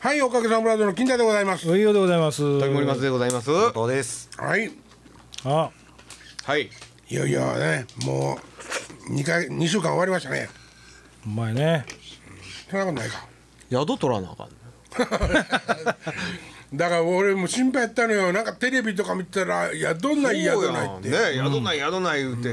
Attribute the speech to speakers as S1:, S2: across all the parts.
S1: はいおかげさまでの金田でございます
S2: 上尾でございます。
S3: 竹森松でございます。は
S4: どうです
S1: はい
S2: あ、
S3: い。
S1: いよいよねもう2か二週間終わりましたね
S2: うまいね。
S1: そんなことないか
S3: 宿取らなあかん。
S1: だから俺も心配やったのよなんかテレビとか見てたらいやどんない宿ないって
S3: ね、宿ない宿ない言うて。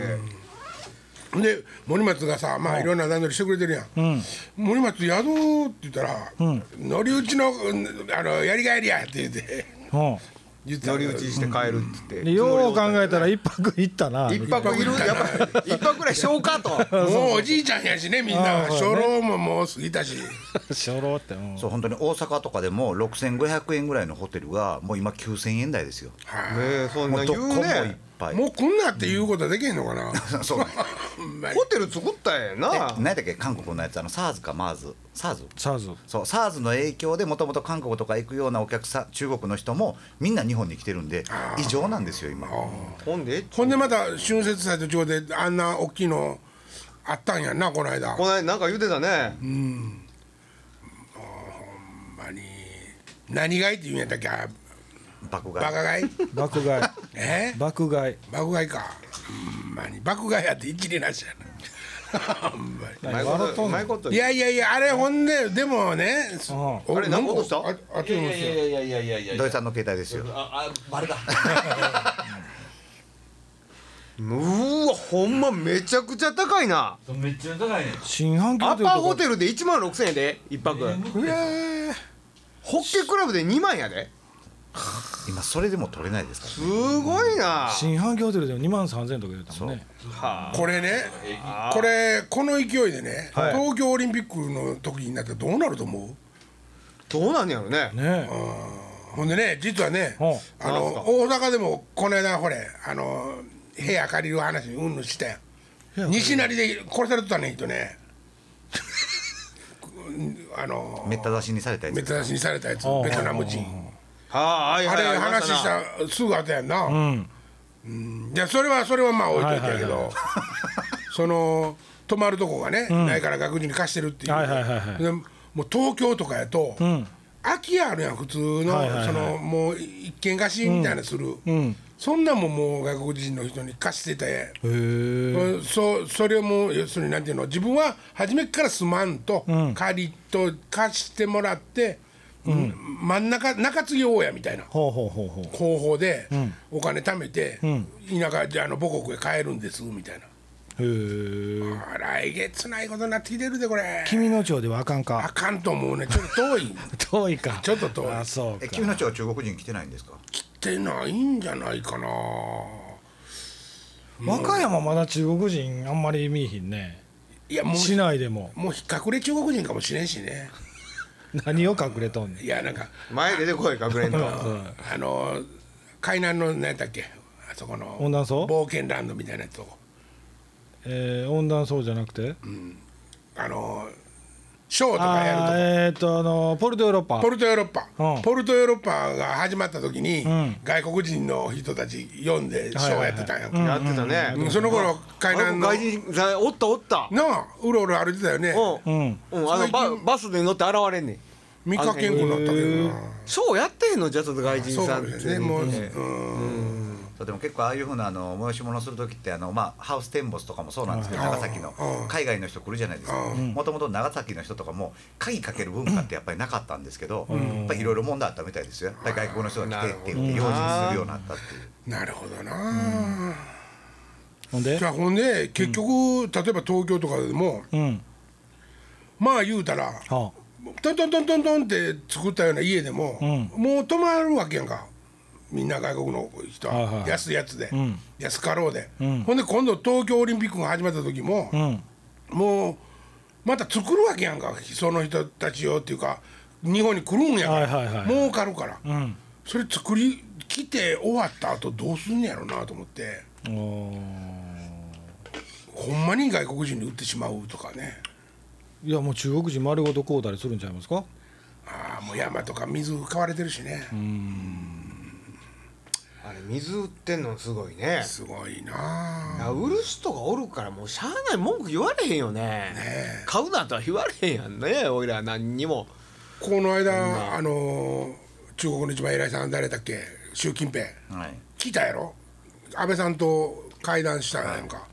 S1: で森松がさまあいろんな段取りしてくれてるやん、森松宿って言ったら、乗り打ちのうんあのやりがいりやって言って
S2: うん。
S1: 言ってた
S3: 乗り打ちして帰るっつって。
S2: でよう考えたら一泊行ったな。
S3: 一泊いるやっぱり一泊ぐらいしようかと。
S1: もうおじいちゃんやしねみんな
S2: あー
S1: 初
S2: そうだね
S1: 老ももう過ぎたし
S2: しょろって。うん
S4: そう本当に大阪とかでも6500円ぐらいのホテルがもう今9000円台ですよ
S3: ねえそん
S4: も
S3: な
S4: うど
S3: 言
S4: こ
S3: う
S4: もいっ
S3: ね。
S4: ぱい
S1: もうこんなって言うことはできへんのかな、
S4: そうね
S1: ほんまに
S3: ホテル作ったんや
S4: え
S3: な。
S4: 何だっけ韓国のやつあの SARS か MARS SARS
S2: サーズ。
S4: そう SARS の影響でもともと韓国とか行くようなお客さん中国の人もみんな日本に来てるんで異常なんですよ今
S3: ほんで、
S1: ほんでまた春節祭と違うであんな大きいのあったんやなこの間
S3: こ
S1: ほん
S3: の間なんか言うてたね。
S1: まに何がいって言うんやったっけあ
S4: 爆
S1: バ
S4: 買い
S1: カ がい
S2: 爆買い。
S1: え
S2: 爆買い。
S1: 爆買いかほんまに爆買いやって一理なしやなほんまに
S3: うまいこと、うまいこと
S1: い
S3: 言う。
S1: やいやいやあれほんででもねす
S2: うん
S1: お
S3: あれ何事した
S1: なんかああっちに落ちた
S5: いやいやいやいやい
S4: 土井さんの携帯ですよ
S5: ああバレた
S3: うわ、ほんまめちゃくちゃ高いな。
S5: めっちゃ高いね
S2: 新阪急
S3: ア
S2: という
S3: パホ
S2: とこ。
S3: テルで1万6000円で一泊ホッケクラブで2万やで
S4: 今それでも取れないですから
S3: すごいな
S2: 新阪急ホテルでも2万3000円とか言うたもんね。
S3: はあ
S1: これねこれこの勢いでね、東京オリンピックの時になったらどうなると思う
S3: どうなんやろね
S2: ねえ。
S1: ほんでね実はね
S2: うん
S1: あ
S3: なんす
S1: の
S3: か
S1: 大阪でもこの間ほれあの部屋借りる話うんぬんしたやん西成で殺されてたねんとね あの
S4: めった出しにされたやつ
S1: めった出しにされたやつ
S2: うん
S1: ベトナム人
S3: はあはい
S1: あ
S3: はい
S1: れ
S3: ありま
S1: 話
S3: したな
S1: したすぐ後やんな、
S2: うん。
S1: いやそれはそれはまあ置いといたけど、
S2: はいはいは
S1: その泊まるとこがね、ないから学人に貸してるっていう、
S2: はいはいはいはい
S1: でもう東京とかやと、
S2: ん
S1: 空き家あるやん普通の、
S2: はいはいはい
S1: そのもう一軒貸しみたいなのする、
S2: うん。
S1: そんなんももう外国人の人に貸してて、
S2: へえ。
S1: うんそそれをもう要するになんていうの自分は初めからすまんと、
S2: ん
S1: 借りと貸してもらって、真ん中中継ぎ大家みたいな。
S2: ほうほうほうほう。
S1: 方法でお金貯めて、
S2: ん
S1: 田舎じゃあの母国へ帰るんですみたいな、
S2: へえ。
S1: あ来月ないことになってきてるでこれ
S2: 君の町ではあかん
S1: あ
S2: か。
S1: かんと思うねちょっと遠い
S2: 遠いか。
S1: ちょっと遠い
S2: あ、そう
S4: え
S2: か。
S4: 君の町は中国人来てないんですか
S1: ってないんじゃないかな
S2: 和歌山まだ中国人あんまり見えひんね。
S1: いやも
S2: 市
S1: う
S2: 内でも
S1: もうひっかくれ中国人かもしれんしね
S2: 何を隠れとんねん。
S1: いやなんか
S3: 前出てこいか くれんと
S1: あの海南の何やったっけあそこの
S2: 温暖層
S1: 冒険ランドみたいなとこ
S2: えー、温暖層じゃなくて。
S1: あのショーとかやると
S2: あ
S1: こ
S2: ーえっ、とあのポルトヨーロッパ。
S1: ポルトヨーロッパ、
S2: うん
S1: ポルトヨーロッパが始まった時に、
S2: ん
S1: 外国人の人たち読んでショーやってたんやんか、
S3: やってたね
S1: うんその頃海
S3: あ
S1: 南の
S3: 外人さんおったおった
S1: なあうろうろ歩いてたよね
S3: う
S2: うんん。
S3: うんあのババスで乗って現れんねん
S1: 見かけんくなったけどな
S3: ショーやってへんのじゃあちょっと外
S1: そ
S3: 人
S1: う
S3: さ
S1: か
S3: ん
S1: も
S3: っ
S1: してれないねもう、うん、
S4: そうでも結構ああいうふうなあの催し物する時ってあの、まあ、ハウステンボスとかもそうなんですけど長崎の海外の人来るじゃないですかもともと長崎の人とかも鍵かける文化ってやっぱりなかったんですけどやっぱりいろいろ問題あったみたいですよやっぱり外国の人が来てって言って用心するようになったっていう
S1: なるほどな、
S2: ほんで
S1: じゃ。あほんで結局、例えば東京とかでも
S2: うん。
S1: まあ言うたら
S2: は
S1: トントントントントンって作ったような家でも、
S2: う
S1: もう泊まるわけやんかみんな外国の人は、
S2: はいはい
S1: 安いやつで、
S2: ん
S1: 安かろうで、
S2: ん
S1: ほんで今度東京オリンピックが始まった時も、
S2: あ。うん。
S1: もうまた作るわけやんかその人たちよっていうか日本に来るんやから、
S2: はいはいはい
S1: 儲かるから、
S2: うん。
S1: それ作り来て終わった後どうすんねやろなと思って
S2: おー
S1: ほんまに外国人に売ってしまうとかね
S2: いやもう中国人丸ごと買うたりするんちゃいますか。
S1: ああもう山とか水買われてるしね、
S3: あれ水売ってんのすごいね
S1: すごい
S3: い
S1: なあ
S3: や売る人がおるからもうしゃあない文句言われへんよね買うなとは言われへんやんねおいら何にも
S1: この間あの中国の一番偉いさん誰だっけ習近平
S4: はい
S1: 聞いたやろ安倍さんと会談したやんか、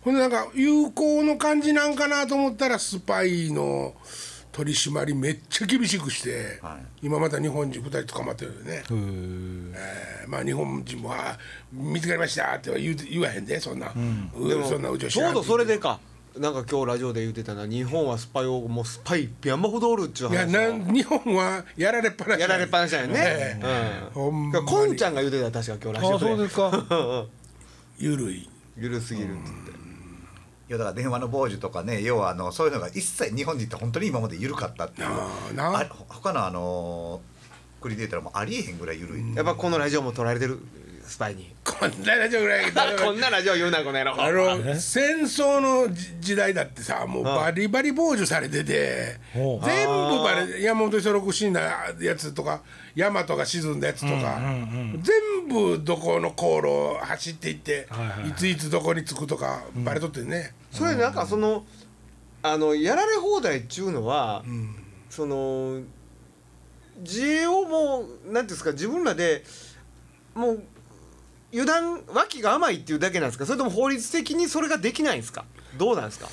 S1: ほんでなんか友好の感じなんかなと思ったらスパイの取り締まりめっちゃ厳しくして、
S4: は
S1: 今また日本人2人捕まってるよね、えーまあ日本人もあ「見つかりました」っては言う言わへんでそんな、うそんなうちは知
S3: ち
S1: ら
S3: ょ
S1: ん
S3: うどそれでかなんか今日ラジオで言ってたな日本はスパイをもうスパイ山ほどおるっちゅう
S1: いや
S3: 話
S1: な
S3: を
S1: ん日本はやられっぱなし
S3: やられっぱなしだよね
S1: え、えほんまに
S3: こんちゃんが言うてた確か今日ラ
S2: あ
S3: ジ
S2: そ
S3: オ
S2: う
S3: で
S2: ですか
S1: ゆるい
S3: ゆるすぎるっつって
S4: いやだから電話の傍受とかね要はあのそういうのが一切日本人って本当に今まで緩かったっていう
S1: ああな
S4: あ他のあの国で言ったらもうありえへんぐらい緩い、
S3: やっぱこのラジオも取られてるスパイ に
S1: こんなラジオぐらい
S3: こ んなラジオ言うなこの野郎
S1: あの戦争のじ時代だってさもうバリバリ傍受されてて全
S2: ほう
S1: 部バレ山本五十六死んだやつとか大和が沈んだやつとか、全部どこの航路を走っていって、
S2: はいいはいはい
S1: ついつどこに着くとかバレとってね、
S3: それなんかそのあのやられ放題っちゅうのは、その自衛をもうなんていうんですか自分らでもう油断脇が甘いっていうだけなんですかそれとも法律的にそれができないんですかどうな んですか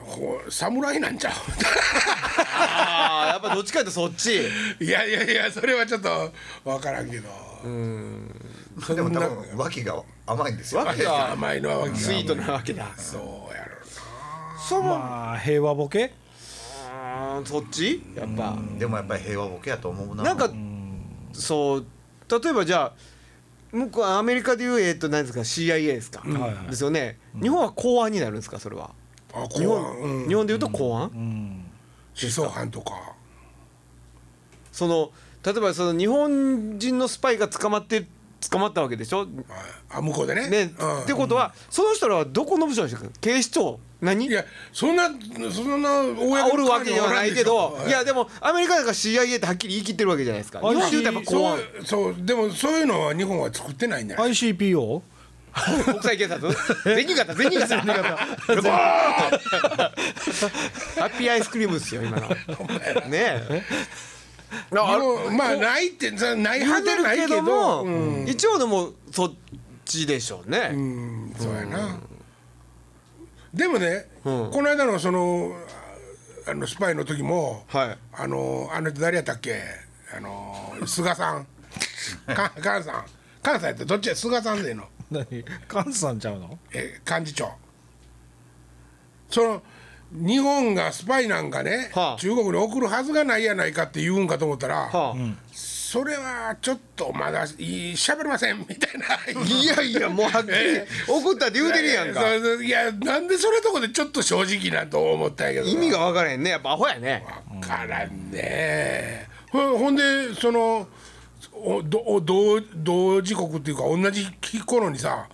S1: ほう 侍なんちゃ
S3: ああやっぱどっちかってそっち
S1: ういやいやいやそれはちょっと分からんけど、
S4: でも多分脇が甘いんですよ
S3: 脇が
S1: 甘いのはわけが
S3: スイートなわけだ
S1: そうやろ
S3: その、
S2: まあ平和ボケ
S3: うーんそっちやっぱ
S4: でもやっぱり平和ボケやと思うな
S3: なんかそう例えばじゃあ向こうアメリカでいうえっと何ですか CIA ですか、
S2: はいはい
S3: ですよね、日本は公安になるんですかそれは
S1: なあ
S3: 日
S1: 公安
S3: 本,、
S1: うん、
S3: 日本でいうと公安、
S2: うん
S1: 思想犯とか
S3: その例えばその日本人のスパイが捕まって捕まったわけでしょ、ね
S1: あ向こうでねうん
S3: ってことはその人らはどこの部署なんですか警視庁何
S1: いやそんなそんな
S3: あ
S1: 公
S3: おるわけではないけどいやで
S1: も
S3: もアメリカだから CIA ってはっきり言い切ってるわけじゃないですか日
S2: あ
S3: 本で言うとやっぱ公
S1: そ
S3: 安
S1: うそうでもそういうのは日本は作ってないんだよ
S2: ICPO
S3: 国際警察銭形銭形銭形 ハッピーアイスクリームですよ今のねえ
S1: あのまあないってさない
S3: 言
S1: は
S3: う
S1: ず
S3: て
S1: はない
S3: る
S1: け
S3: け
S1: ど
S3: ども、
S1: うん
S3: 一応でもそっちでしょうね、
S1: うんそうやなでもね
S3: うん
S1: この間のそのああのスパイの時も
S3: はい
S1: あのあの人誰やったっけあの菅さんか菅さん菅さんやったどっちや菅さんでいいの
S2: 何カンさんちゃうの
S1: えー幹事長その日本がスパイなんかね、
S3: はあ
S1: 中国に送るはずがないやないかって言うんかと思ったら、
S3: はあ、
S1: それはちょっとまだいいしゃべれませんみ たいな
S3: いやいやもうはっきり
S1: え
S3: 送ったって言うてるやんか
S1: そうそういやなんでそれとこでちょっと正直なと思ったんやけどな
S3: 意味が分からへんねやっぱアホやね
S1: わからんねほほんでそのおどお同同時刻っていうか同じ頃にさ、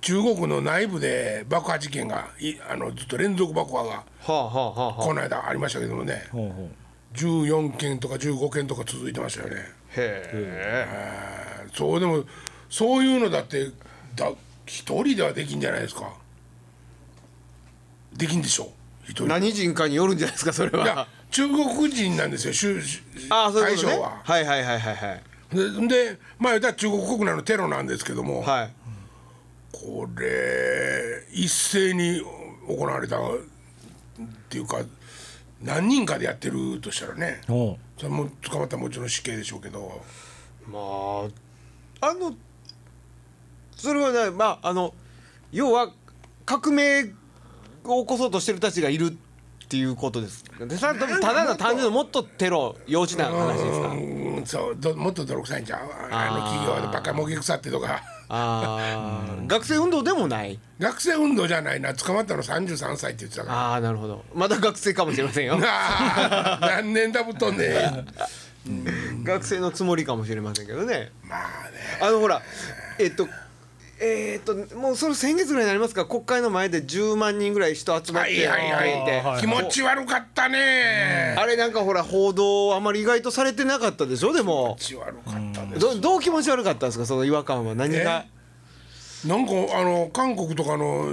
S1: 中国の内部で爆破事件がいあのずっと連続爆破が
S3: はあはあはあはあ
S1: この間ありましたけどもね
S2: ほうほう
S1: 14件とか15件とか続いてましたよね
S3: へえ
S1: えーそうでもそういうのだってだ一人ではできんじゃないですかできんでしょ一人
S3: 何人かによるんじゃないですかそれ
S1: いや
S3: は
S1: 中国人なんですよ州州
S3: ああそう
S1: 大
S3: いうこ
S1: 将
S3: とね
S1: は。
S3: はいはいはいはいはい
S1: ででまあ言ったら中国国内のテロなんですけども、
S3: はい
S1: これ一斉に行われたっていうか何人かでやってるとしたらね
S2: ほ
S1: それも捕まったらもちろん死刑でしょうけど
S3: まああのそれはねまああの要は革命を起こそうとしてるたちがいるっていうことですでさたただの単純のもっとテロ幼稚な話ですか
S1: うんそうどもっと泥臭いんちゃうあの
S3: あー
S1: 企業でバカもげ腐ってとか
S3: ああ学生運動でもない
S1: 学生運動じゃないな捕まったの33歳って言ってたから
S3: ああなるほどまだ学生かもしれませんよ
S1: あー 何年だぶっとんねん
S3: 学生のつもりかもしれませんけどね
S1: まあね
S3: あのほらえっとえー、っともうそれ先月ぐらいになりますか国会の前で10万人ぐらい人集まっ
S1: は
S3: て
S1: いはいはい
S3: て
S2: はい
S1: 気持ち悪かったね、
S3: あれなんかほら報道あまり意外とされてなかったでしょでも
S1: 気持ち悪かったね
S3: どどう気持ち悪かったんですかその違和感は何が
S1: なんかあの韓国とかの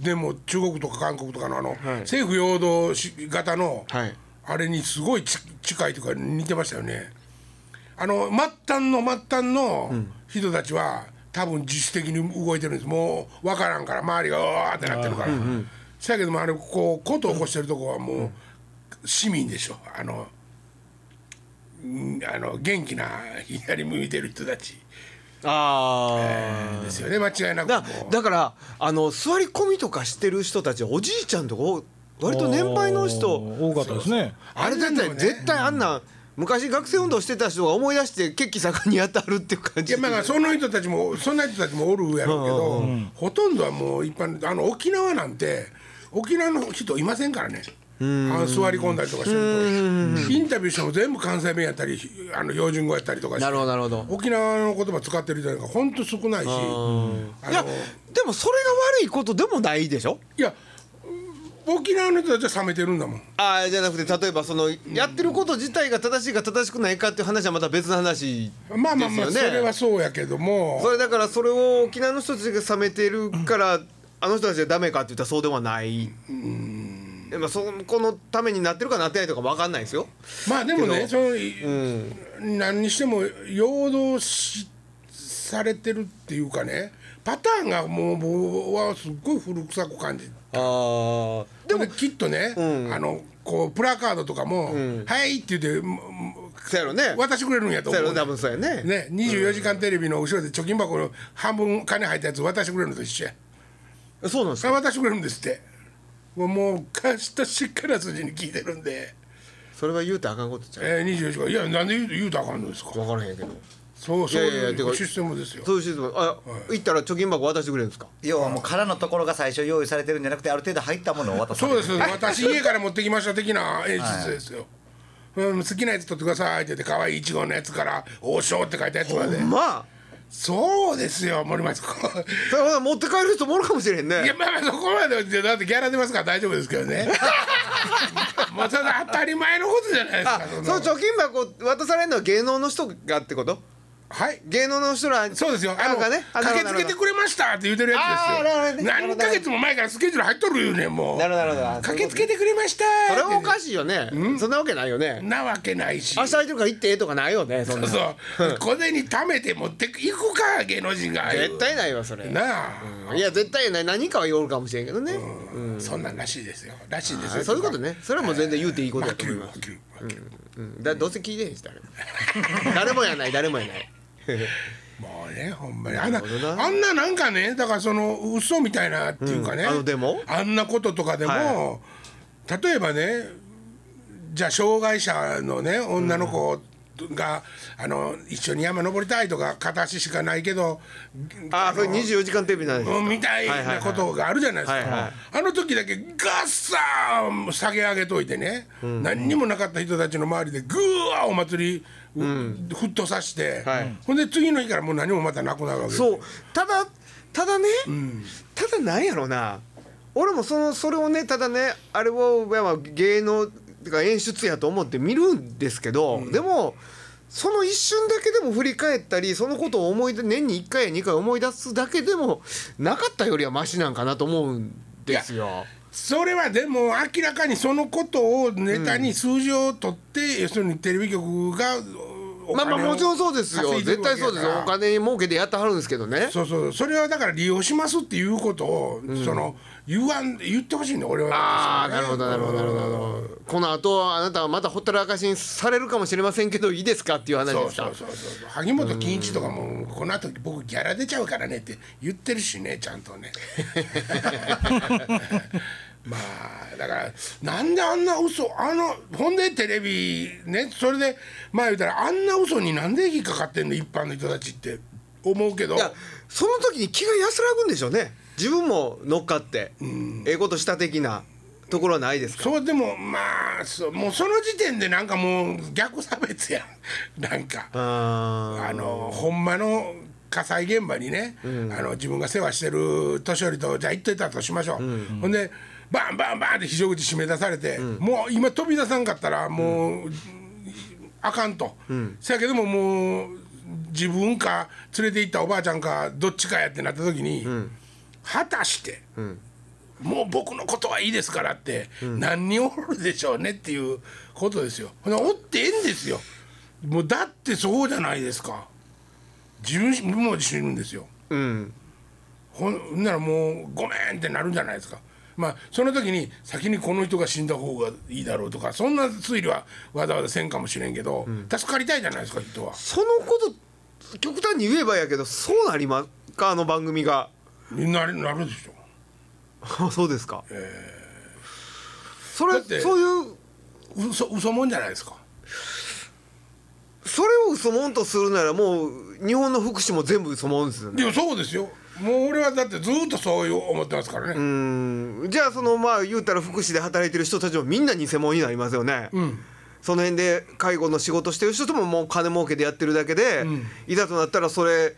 S1: でも中国とか韓国とかのあの、政府陽動し型の、
S3: はい
S1: あれにすごいち近いというか似てましたよねあの末端の末端の人たちは多分自主的に動いてるんですもう分からんから周りがうわーってなってるからそやけどもあれこうことを起こしてるとこはもう市民でしょあのうんあの元気な左向いてる人たち
S3: ああ、
S1: ですよね間違いなく
S3: だ
S1: もう
S3: だからあの座り込みとかしてる人たちおじいちゃんとかお割と年配の
S2: お
S3: 人
S2: ー多かったですね
S3: あれだったら絶対あんなん昔学生運動してた人が思い出して血気盛んにやってはるっていう感
S1: い
S3: じ
S1: やまあその人たちもそんな人たちもおるやろうけど、ほとんどはもう一般あの沖縄なんて沖縄の人いませんからねあの座り込んだりとかしてるとインタビューしても全部関西弁やったりあの標準語やったりとかして
S3: なるほどなるほど
S1: 沖縄の言葉使ってる人なんかほんと少ないしあ
S3: いや
S1: の
S3: でもそれが悪いことでもないでしょ
S1: いや沖縄の人たちは冷めてるんだもん
S3: ああじゃなくて例えばそのやってること自体が正しいか正しくないかっていう話はまた別の話
S1: まあまあまあ
S3: です
S1: そ
S3: よね
S1: れはそうやけども
S3: それだからそれを沖縄の人たちが冷めてるからあの人たちがダメかって言ったらそうではないでもそこのためになってるかなってないとか分かんないですよ
S1: まあでも
S3: け
S1: ね
S3: ど
S1: その、何にしても陽動しされてるっていうかねパターンがもう僕はすっごい古臭く感じ
S3: あ
S1: でもきっとね、あのこうプラカードとかも「はい」って言ってもも
S3: そうやろね
S1: 渡してくれるんやと
S3: そうや
S1: 思う
S3: ろ多分そうやね
S1: ね24時間テレビの後ろで貯金箱の半分金入ったやつ渡してくれるのと一緒や
S3: そうなんです
S1: あ
S3: か
S1: 渡してくれるんですってもうもう貸したしっかりな筋に聞いてるんで、
S3: それは言うてあかんことじゃん
S1: えー、24時間いやなんで言う言うたらあかんのですか
S3: 分からへんけど
S1: そうそう
S3: いやいやいやて
S1: い
S3: か
S1: うシステムですよ
S3: そういうシステムあ、行ったら貯金箱渡してくれるんですか
S4: 要はもう空のところが最初用意されてるんじゃなくてある程度入ったものを渡され
S1: そう
S4: る
S1: です 私家から持ってきました 的な演出ですよ、うん、好きなやつ取ってくださいって言って可愛いイチゴのやつから「王将」って書いたやつまで
S3: まあ
S1: そうですよ森松 君
S3: それは持って帰る人もおるかもしれへん
S1: いや
S3: ね
S1: まあまあそこまでだってギャラ出ますから大丈夫ですけど ねまあそれ当たり前のことじゃないです
S3: あ
S1: か
S3: そ
S1: ん
S3: の
S1: な
S3: 貯金箱渡されるのは芸能の人がってこと
S1: はい
S3: 芸能の人らに
S1: そうですよあ
S3: な
S1: の
S3: んかねあ
S1: 駆けつけてくれましたって言うてるや
S3: あーな
S1: つで
S3: るほど
S1: す
S3: ね
S1: よ何ヶ月も前からスケジュール入っとるよねもう
S3: なるほどなるほどあ
S1: 駆けつけてくれました
S3: それはお
S1: って
S3: かしいよね、そんなわけないよね
S1: なわけないし
S3: 明日空いてるから行ってええとかないよねそん
S1: そう
S3: な
S1: そう小銭貯めて持っていくか芸能人が
S3: 絶対ないわそれ
S1: なあ、
S3: いや絶対ない何かはおるかもしれんけどね、
S1: そんなんらしいですよらしいです
S3: あ
S1: よ
S3: そういうことねそれはもう全然言うていいこと
S1: は
S3: だ
S1: っ
S3: と
S1: き
S3: 思
S1: り
S3: い
S1: はっ
S3: ます、
S1: きり
S3: うん、だどうせ聞いてへんし誰も誰もやない誰もやない
S1: もうねほんまにあんな
S3: なるほどな
S1: あんななんかねだからその嘘みたいなっていうかね、
S3: うんあのでも
S1: あんなこととかでも、
S3: は
S1: 例えばねじゃあ障害者のね女の子が、あの一緒に山登りたいとか片足しかないけど
S3: ああそれ24時間テレビなんですか
S1: みたいなことがあるじゃないです
S3: はいはいはい
S1: かあの時だけガッサーン下げ上げといてね、何にもなかった人たちの周りでグワーお祭り、う沸騰さして、
S3: はい
S1: ほんで次の日からもう何もまたなくなるわけです
S3: そうただただね、ただなんやろな俺もそのそれをねただねあれをまあまあ芸能てか演出やと思って見るんですけど、でもその一瞬だけでも振り返ったりそのことを思い出年に1回や2回思い出すだけでもなかったよりはマシなんかなと思うんですよ。
S1: それはでも明らかにそのことをネタに数字を取って、要するにテレビ局がおお
S3: まあまあ
S1: 金を
S3: もちろんそうですよ
S1: 稼いでる
S3: 絶
S1: わ
S3: 対
S1: けや
S3: そ
S1: から
S3: うですよお金儲けてやってはるんですけどね。
S1: そうそうそれはだから利用しますっていうことを、その言わん言ってほしいんだ俺は
S3: ああなるほどなるほどなるほどこの後あなたはまたほったらかしにされるかもしれませんけどいいですかっていう話
S1: そ
S3: で
S1: う
S3: すか
S1: そうそうそう萩本欽一とかもこの後僕ギャラ出ちゃうからねって言ってるしねちゃんと ねまあだからなんであんな嘘あのほんでテレビねそれでまあ言うたらあんな嘘になんで引っかかってんの一般の人たちって思うけど
S3: いやその時に気が安らぐんでしょうね自分も乗っかって、ええことした的なところはないですか
S1: そうでもまあそうもうその時点でなんかもう逆差別やんなんか。
S3: あ
S1: あのほんまの火災現場にね、あの自分が世話してる年寄りとじゃあ行っといたとしましょう、ほんでバンバンバンって非常口締め出されて、もう今飛び出さんかったらもう、あかんと、せやけどももう自分か連れて行ったおばあちゃんかどっちかやってなった時に、果たして、もう僕のことはいいですからって、何人おるでしょうねっていうことですよほなおってええんですよもうだってそうじゃないですか自分自分も死ぬんですよ
S3: うん
S1: ほんほんならもうごめんってなるんじゃないですかまあその時に先にこの人が死んだ方がいいだろうとかそんな推理はわざわざせんかもしれんけど、助かりたいじゃないですか人は
S3: そのこと極端に言えばやけどそうなりまかあの番組が
S1: みんななるでしょ
S3: そうですか、それ
S1: だって
S3: そういう
S1: 嘘嘘もんじゃないですか
S3: それを嘘もんとするならもう日本の福祉も全部嘘もんですよね
S1: でもそうですよもう俺はだってずっとそういう思ってますからね、
S3: うんじゃあそのまあ言うたら福祉で働いてる人たちもみんな偽物になりますよね、その辺で介護の仕事してる人とももう金儲けでやってるだけで、いざとなったらそれ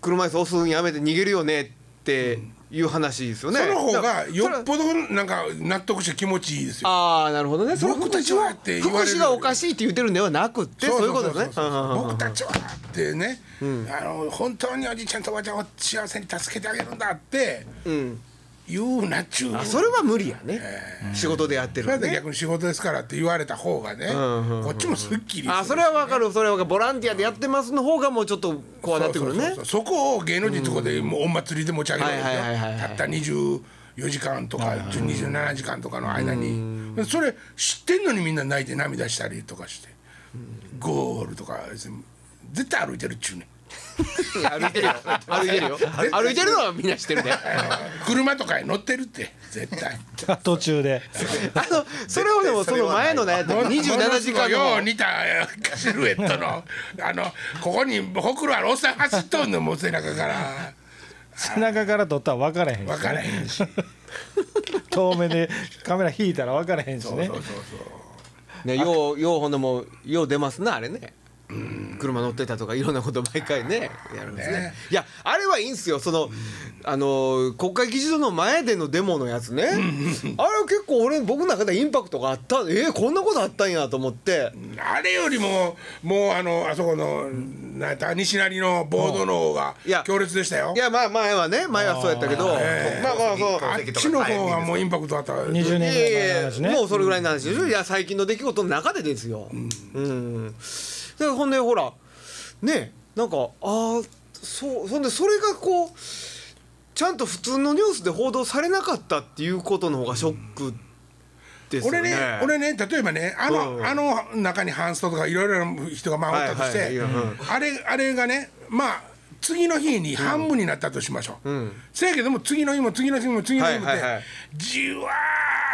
S3: 車椅子押すんやめて逃げるよねっていう話ですよね、
S1: その方
S3: だから
S1: がよ
S3: それ
S1: っぽどなんか納得して気持ちいいですよ
S3: ああなるほどねその
S1: 僕たちはって言われる
S3: 福祉がおかしいって言ってるんではなくってそういうことですね
S1: そうそうそうそう
S3: うんうんうん
S1: 僕たちはってね、あの本当におじいちゃんとおばあちゃんを幸せに助けてあげるんだって
S3: うん
S1: 言うなっちゅうの
S3: あそれは無理やね、仕事でやって
S1: それや
S3: るん
S1: った
S3: で
S1: ら逆に仕事ですからって言われた方がね、
S3: んうんうん
S1: こっちもすっきりする
S3: あそれはわかるそれはわかるボランティアでやってますの方がもうちょっとこうなってくるね
S1: そうそうそうそこを芸能人とこでもうお祭りで持ち上げるんですよ
S3: はいはいはいはい
S1: たった24時間とか27時間とかの間にそれ知ってんのにみんな泣いて涙したりとかしてゴールとかですね絶対歩いてるっちゅうね
S3: 歩いてるよ歩いてるよ歩いてるのはみんな知ってるであ
S1: 車とかに乗ってるって絶 対
S2: 途中で
S3: のそれをでもその前のね27時間
S1: ものすごいよう
S3: の
S1: 似たシルエットのあのここにほくろあるおっさん走っとんのもう背中から
S2: 背中から撮ったら分からへんし
S1: 分からへんしそう
S2: 遠目でカメラ引いたら分からへんしね
S1: そうそう
S3: ねようようほんでもよう出ますなあれね車乗ってたとかいろんなこと毎回ねやるんですね
S1: ね
S3: いやあれはいいんすよそのあの国会議事堂の前でのデモのやつねあれは結構俺僕の中でインパクトがあったえーこんなことあったんやと思って
S1: あれよりももうあのあそこの、なんやった西成のボードの方が
S3: いや
S1: 強烈でしたよ
S3: いやまあ前はね前はそうやったけどまあ
S1: ええ
S3: まあそう
S1: あっちの方がもうインパクトあったわ
S2: 20年ぐらい前の
S3: いやい
S2: 話
S3: やいやもう
S2: ね
S3: それぐらいの話でしょ、いや最近の出来事の中でですようん、でほんでほらねなんかああそうそんでそれがこうちゃんと普通のニュースで報道されなかったっていうことの方がショックですよね
S1: 俺ね俺ね例えばねあの,、
S3: うん
S1: あの中にハンストとかいろいろな人が回ったとして、
S3: はいはいいやうん
S1: あれあれがねまあ次の日に半分になったとしましょう、せやけども次の日も次の日も次の日もって、
S3: はいはいはい
S1: じわ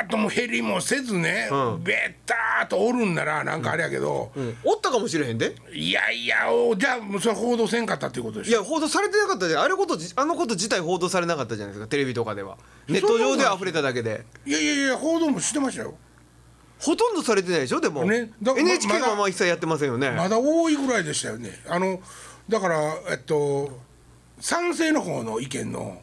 S1: ーっとも減りもせずね、べったーっとおるんならなんかあれやけど、
S3: うんおったかもしれへんで
S1: いやいやおじゃあもうそれ報道せんかったっていうことで
S3: い
S1: しょ
S3: や報道されてなかったじゃんあれことじあのこと自体報道されなかったじゃないですかテレビとかではネット上では溢れただけで
S1: いやいやいや報道もしてましたよ
S3: ほとんどされてないでしょでも、
S1: ねだ
S3: NHK
S1: まだ
S3: はまあ一切やってませんよね、
S1: まだ多いぐらいでしたよねあのだからえっと賛成の方の意見の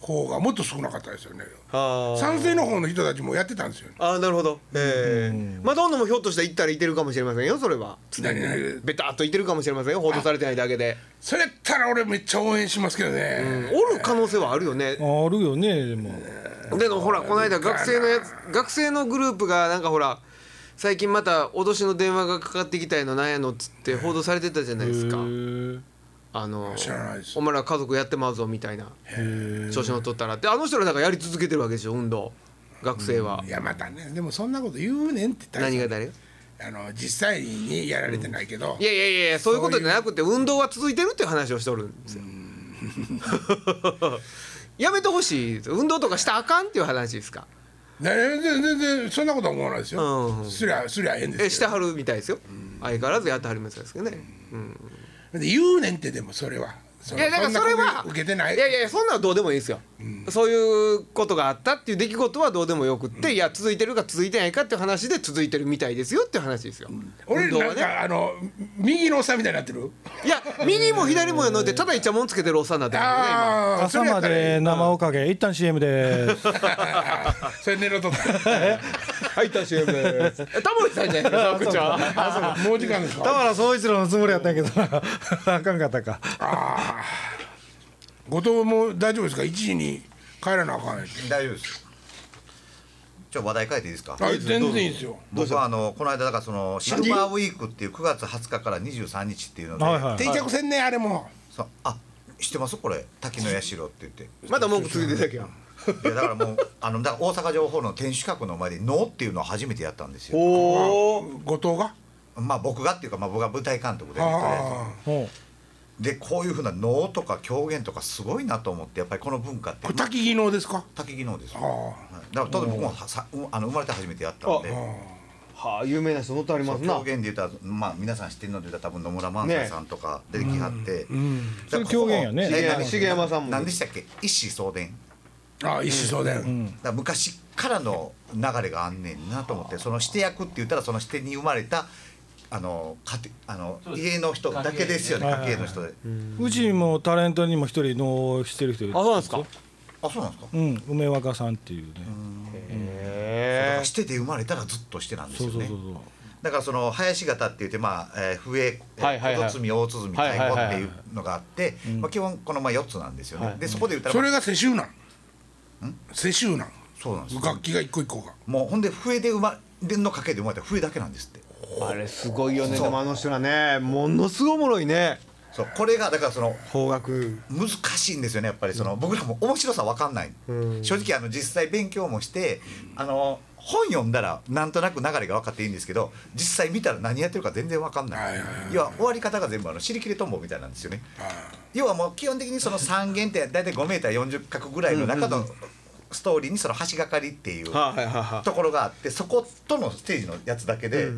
S1: 方がもっと少なかったですよね、
S3: あー
S1: 賛成の方の人たちもやってたんですよね
S3: ああなるほど、ええまあどんどんもひょっとしたら行ったらいてるかもしれませんよそれは
S1: 何々
S3: ベタっといてるかもしれませんよ報道されてないだけで、
S1: それやったら俺めっちゃ応援しますけどね、
S3: おる可能性はあるよね、
S2: あるよねでも
S3: でもほらこの間学生のやつ学生のグループがなんかほら最近また脅しの電話がかかってきたいのなんやのっつって報道されてたじゃないですか、あの
S1: 知らないです
S3: お前ら家族やってまうぞみたいな調子乗っとったらってあの人らなんかやり続けてるわけでしょ運動学生は、
S1: いやまたねでもそんなこと言うねんって言ったら
S3: 何が誰
S1: あの実際にやられてないけど、
S3: いやいやいやそういうことじゃなくて運動は続いてるっていう話をしとるんですよ。やめてほしいです運動とかしたらあかんっていう話ですか。
S1: ね全然全然そんなことは思わないですよ、
S3: うんうん
S1: すりゃすりゃええんで
S3: え
S1: す
S3: し
S1: け
S3: て
S1: ど
S3: はるみたいですよ。相変わらずやってはるみたいですけどね。うん
S1: で言うねんってでもそれはそ
S3: いやだからそれは
S1: んなこと受けてない
S3: いやいやそんなのどうでもいいですよ。そういうことがあったっていう出来事はどうでもよくっていや続いてるか続いてないかっていう話で続いてるみたいですよっていう話ですよ。
S1: 俺
S3: 運動
S1: なん
S3: は
S1: か、
S3: ね。
S1: あの右のおっさんみたいになってる
S3: いや右も左もやのでただイチャモンつけてるおっさんなんだよね今。
S1: ああそ
S2: 朝
S1: れや
S2: ま
S1: ったらい
S2: で
S1: い
S2: 生おかげ一旦 CM です
S1: それ狙っとった
S3: はい、タシエム。タモリさんじゃないですか、区長。
S1: もう時間です
S2: 田
S1: か
S2: 原総一郎のつもりやったんやけどな あかんかったか
S1: 後藤も大丈夫ですか1時に帰らなあかんやん
S4: 大丈夫ですじゃあ話題変えていいですか
S1: あ全然いいですよ
S4: 僕はあのこの間だからそのシルバーウィークっていう9月20日から23日っていうので、
S2: はいはい
S1: 定着せんねあれも
S4: そうあ知ってますこれ滝の社って言って
S3: まだ文句ついてたけやん
S4: いやだからもうあのだから大阪城ホールの天守閣の前で「能」っていうのを初めてやったんです よ
S1: 後藤が
S4: まあ僕がっていうか、まあ、僕が舞台監督で、ね、とりあ
S1: あ
S2: ほ
S4: えずでこういうふうな能とか狂言とかすごいなと思ってやっぱりこの文化っ
S1: あ
S4: て
S1: これ滝技能ですか
S4: 滝技能ですよ、
S1: あ
S4: はい
S1: あ
S4: だから当然僕もはさうんあの生まれて初めてやったんで
S3: はあ有名な人もっとあり
S4: そ
S3: ま
S4: う
S3: すな
S4: 狂言で言ったら、まあ、皆さん知ってるので言ったら多分野村萬斎さんとか出てきはって、だから
S2: それ狂言やね
S4: ここ
S3: 茂山
S4: え
S3: 茂山さんも
S4: 何でしたっけ一子相伝
S1: ああ一子相
S2: う、う
S1: 伝
S2: ん、
S4: だから昔からの流れがあんねんなと思ってそのして役って言ったらそのしてに生まれたあの家庭あ
S5: そう
S4: の
S5: です
S4: 家の人だけですよね
S2: 家系ね
S4: 家系の人で
S2: うちもタレントにも一人納してる人いる
S3: あそうなんですか
S4: あそうなんですか
S2: うん梅若さんっていうね
S4: だか
S3: へ
S4: らしてて生まれたらずっとしてなんです
S2: そう
S4: よ
S2: そう
S4: ね
S2: そうそう
S4: だからその林形って言ってまあえー笛え
S3: はいはい
S4: ー
S3: はい
S4: 小鼓大鼓太
S3: はいはい
S4: 鼓
S3: はい
S4: っ
S3: は
S4: て
S3: い
S4: いうのがあってまあ基本このまあ4つなんですよ
S3: は
S4: ね
S3: い
S4: でそこで言ったら
S1: そ
S4: まあ
S1: れが世襲なん世襲なん
S4: そうなんですよ
S1: 楽器が一個一個が
S4: もうほんで笛で生まれの家系で生まれたら笛だけなんですって
S3: えあれすごいよね
S4: そう
S3: でもあの人らねものすごいおもろいね
S4: そうこれがだからその
S3: 方角
S4: 難しいんですよねやっぱりその、僕らも面白さ分かんない、
S3: うん
S4: 正直あの実際勉強もしてあの本読んだらなんとなく流れが分かっていいんですけど実際見たら何やってるか全然分かんない,、
S1: はいはいはい
S4: 要は終わり方が全部あの尻切れとんぼみたいなんですよね、要はもう基本的にその3弦って大体 5m40 角ぐらいの中のストーリーにその橋がかりっていう
S3: はあ、はいはいは
S4: ところがあってそことのステージのやつだけで、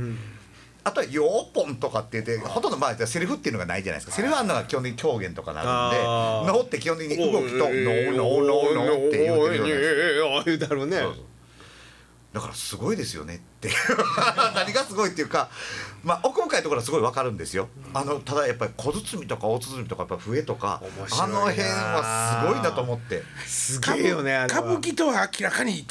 S4: あとは「ヨーポン」とかって言ってほとんどまあセリフっていうのがないじゃないですかセリフあるのが基本的に狂言とかな
S3: あ
S4: るん
S3: ー
S4: で「脳」って基本的に動きと「ノーノーノーノー」って言うてるような
S3: う
S4: やつ
S3: 言うだろうね
S4: そうそうだからすごいですよねっていう 何がすごいっていうか、まあ、奥深いところはすごいわかるんですよあのただやっぱり小包とか大包とかやっぱ笛とか
S3: 面
S4: あ
S3: 白いな
S4: の辺はすごいなと思って
S3: すげえよねあれ
S1: 歌
S3: は
S1: 舞伎とは明らかに違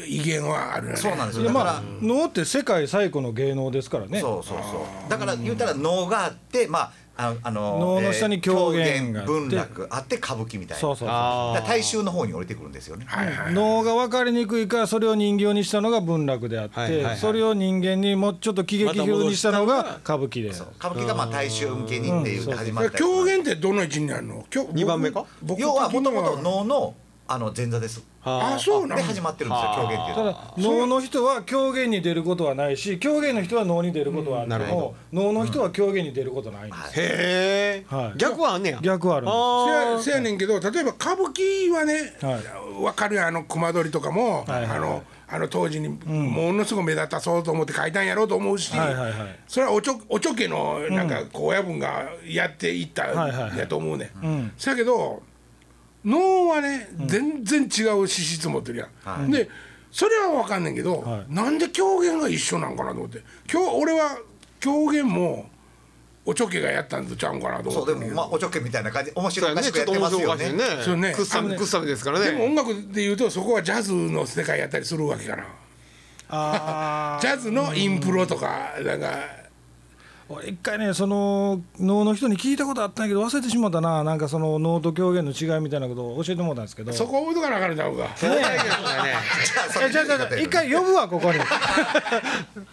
S1: う威厳はあるよね
S4: そうなんですよ
S2: で
S4: だから、
S2: まあ能って世界最古の芸能ですからね
S4: そうそうそうだから言うたら能があってまあああの
S2: 能の下に狂言があ
S4: 狂
S2: って
S4: 文楽あって歌舞伎みたいな
S2: そうそうそう
S4: だ
S3: あ
S4: から
S3: ー
S4: 大衆の方に降りてくるんですよね
S1: はいはい
S2: 能が分かりにくいからそれを人形にしたのが文楽であって、
S3: はいはいはい
S2: それを人間にもうちょっと喜劇風にしたのが歌舞伎で、
S4: そう歌舞伎がまあ大衆向けにっていう始まったり
S1: 狂言ってどの位置にあるの
S3: 二番目か
S4: 要はもともと
S1: の
S4: 能のあの前座です
S3: は
S1: あそうなん
S4: で始まってるんですよ狂言っていう
S2: た
S4: の
S2: だ
S4: は
S2: 能の人は狂言に出ることはないし狂言の人は能に出ることはあって
S3: なる
S2: も
S3: ほ、
S2: 能の人は狂言に出ることはないんです、
S3: へえ、
S2: はい
S3: 逆はあんねや
S2: 逆はあるんです
S1: せや
S3: あ
S1: せやねんけど例えば歌舞伎はね、
S2: は
S1: わかるよあの熊取とかも、
S2: はいはいはい
S1: あのあの当時にものすごい目立たそうと思って書いたんやろうと思うし、
S2: はいはいはい
S1: それはおちょおちょけのなんかこう親分がやっていった
S2: はいはいはい
S1: やと思うねん。
S2: うん
S1: そやけど能はね、全然違う資質持ってるやん。でそれは分かんねんけど、
S2: はい
S1: なんで狂言が一緒なんかなと思って今日俺は狂言もおちょけがやったんとちゃうんかなと思
S4: そ
S1: っ
S4: う
S1: て
S4: で
S1: んねん
S4: も
S1: けど
S4: まあおちょけみたいな感じ面白
S3: そ
S4: お
S3: う
S4: か
S3: や
S4: し
S3: ね
S4: く
S3: ちょ
S4: や
S3: っと
S4: って
S3: 面
S4: ます
S3: 白い
S4: よ
S3: かしいね
S1: そうね
S4: ね
S3: くっさ
S1: あのね
S3: くっさですから
S1: でも
S3: ね
S1: 音楽でいうとそこはジャズの世界やったりするわけかな
S2: あ
S1: ジャズのインプロとかなんか
S2: 俺一回ねその能の人に聞いたことあったんやけど忘れてしまったななんかその能と狂言の違いみたいなことを教えてもらったんですけど
S1: そこ置いとかなあかんちゃうか
S3: そうやね
S2: いやじゃあじゃあじゃあ一回呼ぶわここにここ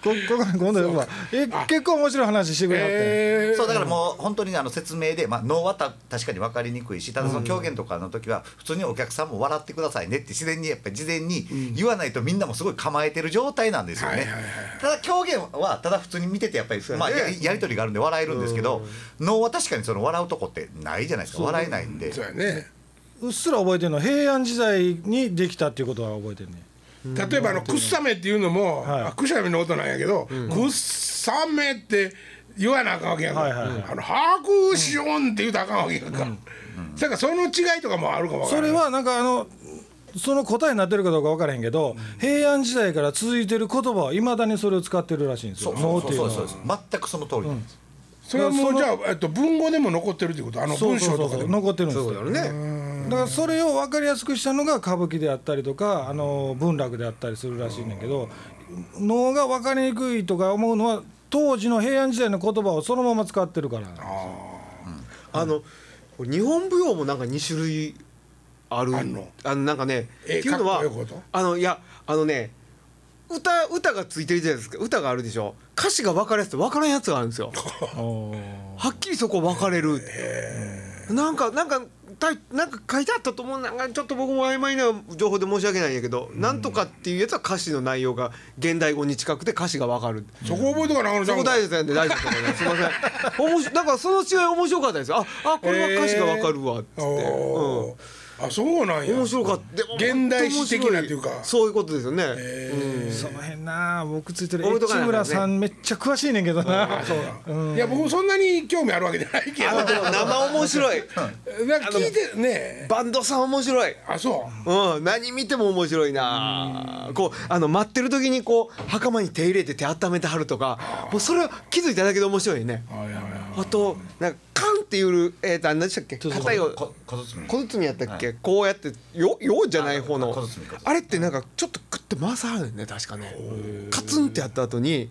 S2: こ今度呼ぶわえ結構面白い話してくれはって、
S1: えー
S4: そうだからもう本当にあの説明で、まあ、能はた確かに分かりにくいしただその狂言とかの時は普通にお客さんも笑ってくださいねって自然にやっぱり事前に言わないとみんなもすごい構えてる状態なんですよ
S1: はい
S4: ね
S1: はいはい。
S4: ただ狂言はただ普通に見ててやっぱり、
S3: う
S4: ま
S3: や
S4: あ、
S3: ね
S4: ややり取りがあるんで笑えるんですけど能は確かにその笑うとこってないじゃないですか笑えないんで
S1: そうやね
S2: うっすら覚えてるのは平安時代にできたっていうことは覚えてるね
S1: 例えばあの「くっさめ」っていうのも
S2: はい
S1: あくしゃみの音なんやけど「くっさめ」って言わなあかんわけやんか
S2: はい
S1: あ
S2: はいはい
S1: の「把握しよん」って言うとあかんわけやんかだからその違いとかもあるかもわか
S2: そ
S1: らな
S2: れ
S1: い
S2: はなんかあのその答えになってるかどうか分からへんけど、平安時代から続いてる言葉はいまだにそれを使ってるらしいんです
S4: そ
S2: よ
S4: うそうそうそう
S2: 能ってい
S4: そう
S2: のは
S4: うそう全くその通りなんです、
S1: それはもう
S2: その
S1: じゃあえっと文語でも残ってるってことあの
S2: そう
S1: 文
S2: そ
S1: 章
S2: うそ
S1: と
S2: う
S1: か
S2: そ
S1: で
S2: う
S1: も
S2: 残ってるんで
S3: そ
S2: す
S3: うや
S2: よ
S3: ろね
S2: だからそれを分かりやすくしたのが歌舞伎であったりとかあの文楽であったりするらしいねんだけど能が分かりにくいとか思うのは当時の平安時代の言葉をそのまま使ってるから
S3: あの日本舞踊もなんか二種類ある
S1: あんの
S3: あのなんかね
S1: え
S3: っていうのは
S1: かっこよいこと
S3: あのいやあのね歌歌がついてるじゃないですか歌があるでしょ歌詞が分かるやつと分からんやつがあるんですよ
S2: おー
S3: はっきりそこ分かれるなんかなんかたいなんか書いてあったと思うなんかちょっと僕も曖昧な情報で申し訳ないんやけど、なんとかっていうやつは歌詞の内容が現代語に近くて歌詞が分かる
S1: そこ覚えとかなあのち
S3: そ
S1: ゃん
S3: こ
S1: が
S3: 大事なんで大丈夫ですすいません面白いなんかその違い面白かったですよああこれは歌詞が分かるわっつって、うん
S1: おーあそうなんや
S3: 面白かったでも
S1: 現代史的なというか
S3: そういうことですよね、
S2: その辺な僕ついてる
S3: 置いとか
S2: 市
S3: ないからね
S2: 村さんめっちゃ詳しいねんけどな
S1: いや僕もそんなに興味あるわけじゃないけ
S3: あのでも生面白い
S1: どなんか聞いてね
S3: バンドさん面白い
S1: あそ
S3: うん、何見ても面白いなこうあの待ってる時にこう袴に手入れて手温めてはるとかもうそれを気づいただけで面白いね
S1: うはいはいはい
S3: あとなんかカンっていうえー、とあれ何でしたっけ硬いよ
S4: こ小包
S3: 小包やったっけ、こうやってよようじゃない方の
S4: あ小包小包
S3: あれってなんかちょっとクッて回さはるね確かねカツンってやった後に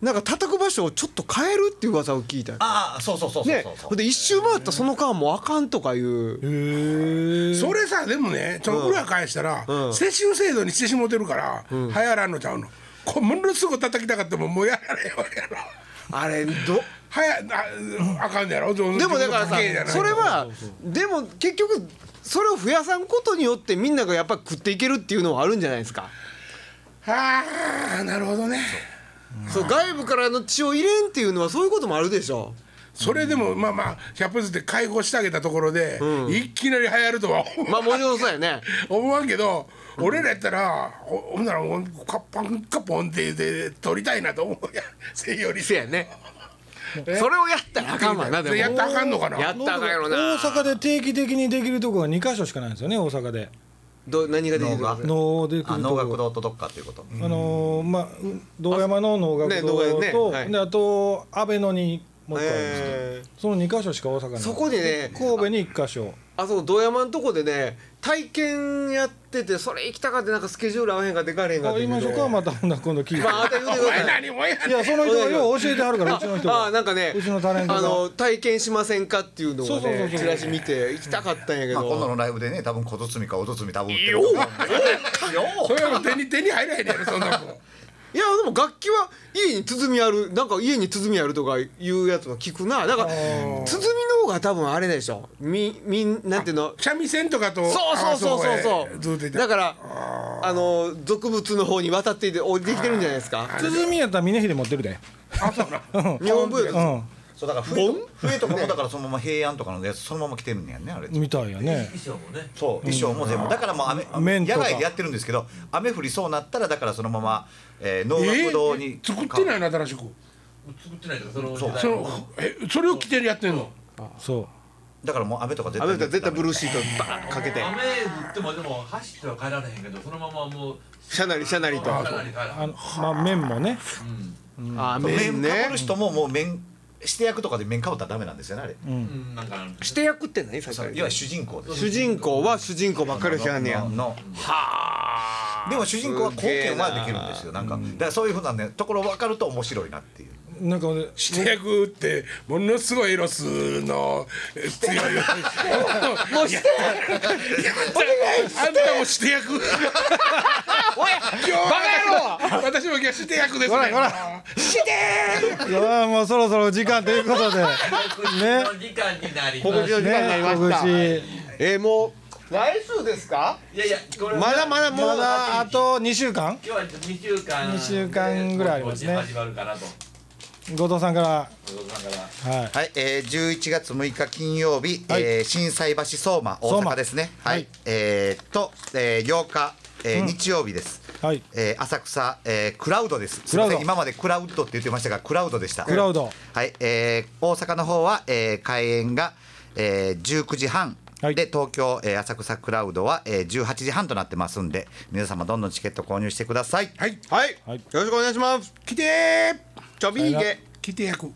S3: なんか叩く場所をちょっと変えるっていう噂を聞いた
S4: ああそうそうそうそう
S3: ね
S4: そうそ
S3: ほ
S4: うん
S3: で一周回ったその間もうあかんとかいう
S1: それさでもねちょっと裏返したら、世襲制度にしてしもてるから、流行らんのちゃうのこうものすごい叩きたかってももうやられへんわけやろ
S3: あれど
S1: はやああかんのやろで
S3: でもだからさそれはでも結局それを増やさんことによってみんながやっぱ食っていけるっていうのはあるんじゃないですか
S1: ああなるほどね
S3: そう外部からの血を入れんっていうのはそういうこともあるでしょ
S1: それでもまあまあ100歩ずつで解放してあげたところで、いきなり流行るとは思う
S3: まあもちろんそうやね
S1: 思わんけど俺らやったらほほんならほんカッパンカポンって言って撮りたいなと思うやん せいより
S3: せやねそれをやったらあかんわなでも
S1: やったらあかんのかな
S3: やったらあかんやろ
S2: 大
S3: な
S2: 阪で定期的にできるとこが2箇所しかないんですよね大阪で
S3: ど何ができる
S4: 能
S3: か
S4: が
S2: 能で来るとこ
S4: あ能楽堂とどっかっていうこと
S2: あのーまあう堂山の能楽堂と、
S3: ね堂山ねはい
S2: であと阿倍野にもう一個あるんですけど、
S3: えー
S2: その2箇所しか大阪にない
S3: そこにね
S2: 神戸に1箇所
S3: あそこ堂山のとこでね体験やっててそれ行きたかってなんかスケジュール合わへんかって行かれへんか
S2: あ
S3: って
S2: 言いましょうかまたほんなら今度聞いて、
S3: まああなた言うて
S1: お
S3: くだ
S1: 前
S3: さい
S1: 何もや
S2: いやその人がよう教えてはるからうちの人
S3: あ
S2: が
S3: あなんかね
S2: うちのタレントが
S3: あの体験しませんかっていうの
S2: そ
S3: を
S2: うそうそう
S3: ね
S2: そう
S3: チラシ見て行きたかったんやけ
S4: まあ
S3: ど、
S4: 今度のライブでね多分小包かお包多分売ってると思うんでよ
S1: それはもう手に 手に入らへんやろそんなもん
S3: いやでも楽器は家に鼓あるなんか家に鼓あるとかいうやつも聞くなだから鼓の方が多分あれでしょみみんなんていうの
S1: 三味線とかと
S3: そうそうそうそうそ
S1: あ
S3: う
S1: ずっといて
S3: だからあの俗物の方に渡っていて降りてきてるんじゃないですか
S2: 鼓やったら峰秀持ってるで
S1: あそうな
S3: 日本舞
S2: う
S3: 踊
S2: ん
S4: そうだから冬冬とかもだからそのまま平安とかのやつそのまま来てるんねやんねあれ
S2: みたいやね
S5: 衣装もね
S4: そう衣装も全部だからもう雨
S2: 麺と
S4: 野
S2: か
S4: 外でやってるんですけど雨降りそうなったらだからそのまま、えー、能楽堂に、
S1: え作ってない
S4: い
S1: の新しく
S5: 作ってないからその時代
S1: そのえそれを着てるやってんの
S2: そ
S4: だからもう雨とか絶
S3: あ
S4: 対
S3: の人は絶対ブルーシ
S4: シ
S3: ートバーンかけて
S5: 雨降ってもでも走っては帰られへんけどそのままもう
S3: シャナリシャナリと
S5: シャナリ帰
S2: う
S5: ら
S2: あのまあ麺もね
S3: あ
S4: 面
S3: 面
S4: かぶ
S3: ね
S4: る人ももう面して役とかで面かぶったらダメなんですよねあれ、
S5: うんうんなんか
S3: して役って何最
S4: そうい
S3: 初
S4: わゆる主人公です
S3: 主人公は主人公ばっかりしてはんねや
S4: のの
S3: はあ
S4: でも主人公は貢献はできるんですよなんかだからそういうふうなねところ分かると面白いなっていう
S2: なん かね
S1: して役ってものすごいエロスのえ強い
S3: もうして
S1: あんたもして役
S3: おいバカ野郎
S1: 私も今日して役ですね
S2: ほらほらいやもうそろそろ時間ということでね
S5: の時間になりま
S3: 告知
S5: す
S3: の時間になりました、
S2: ね
S3: えー、もう来週ですか
S5: いやいやこれ
S3: まだまだ
S2: ま
S3: もう
S2: だあと2週間
S5: 今日は2週間
S2: 二週間ぐらいありますね
S5: 始まるかなと
S2: 後藤さんから
S5: 後藤さんから
S2: はい
S4: はい、えー、11月6日金曜日、
S2: はい
S4: えー震災橋相馬
S2: 相
S4: 大
S2: 馬
S4: 阪ですねはい、
S2: はい
S4: えー、と、えー、8日、えー日曜日です、
S2: はい
S4: えー浅草、えークラウドですす
S2: クラウド
S4: いません今までクラウドって言ってましたがクラウドでした
S2: クラウド
S4: はい、えー大阪の方は、えー開演が、えー19時半
S2: はい
S4: で東京、えー浅草クラウドは、えー18時半となってますんで皆様どんどんチケット購入してください
S1: はい
S3: はい、
S2: はい
S3: よろしくお願いします
S1: 来て
S3: ちょびひげ
S1: 来て役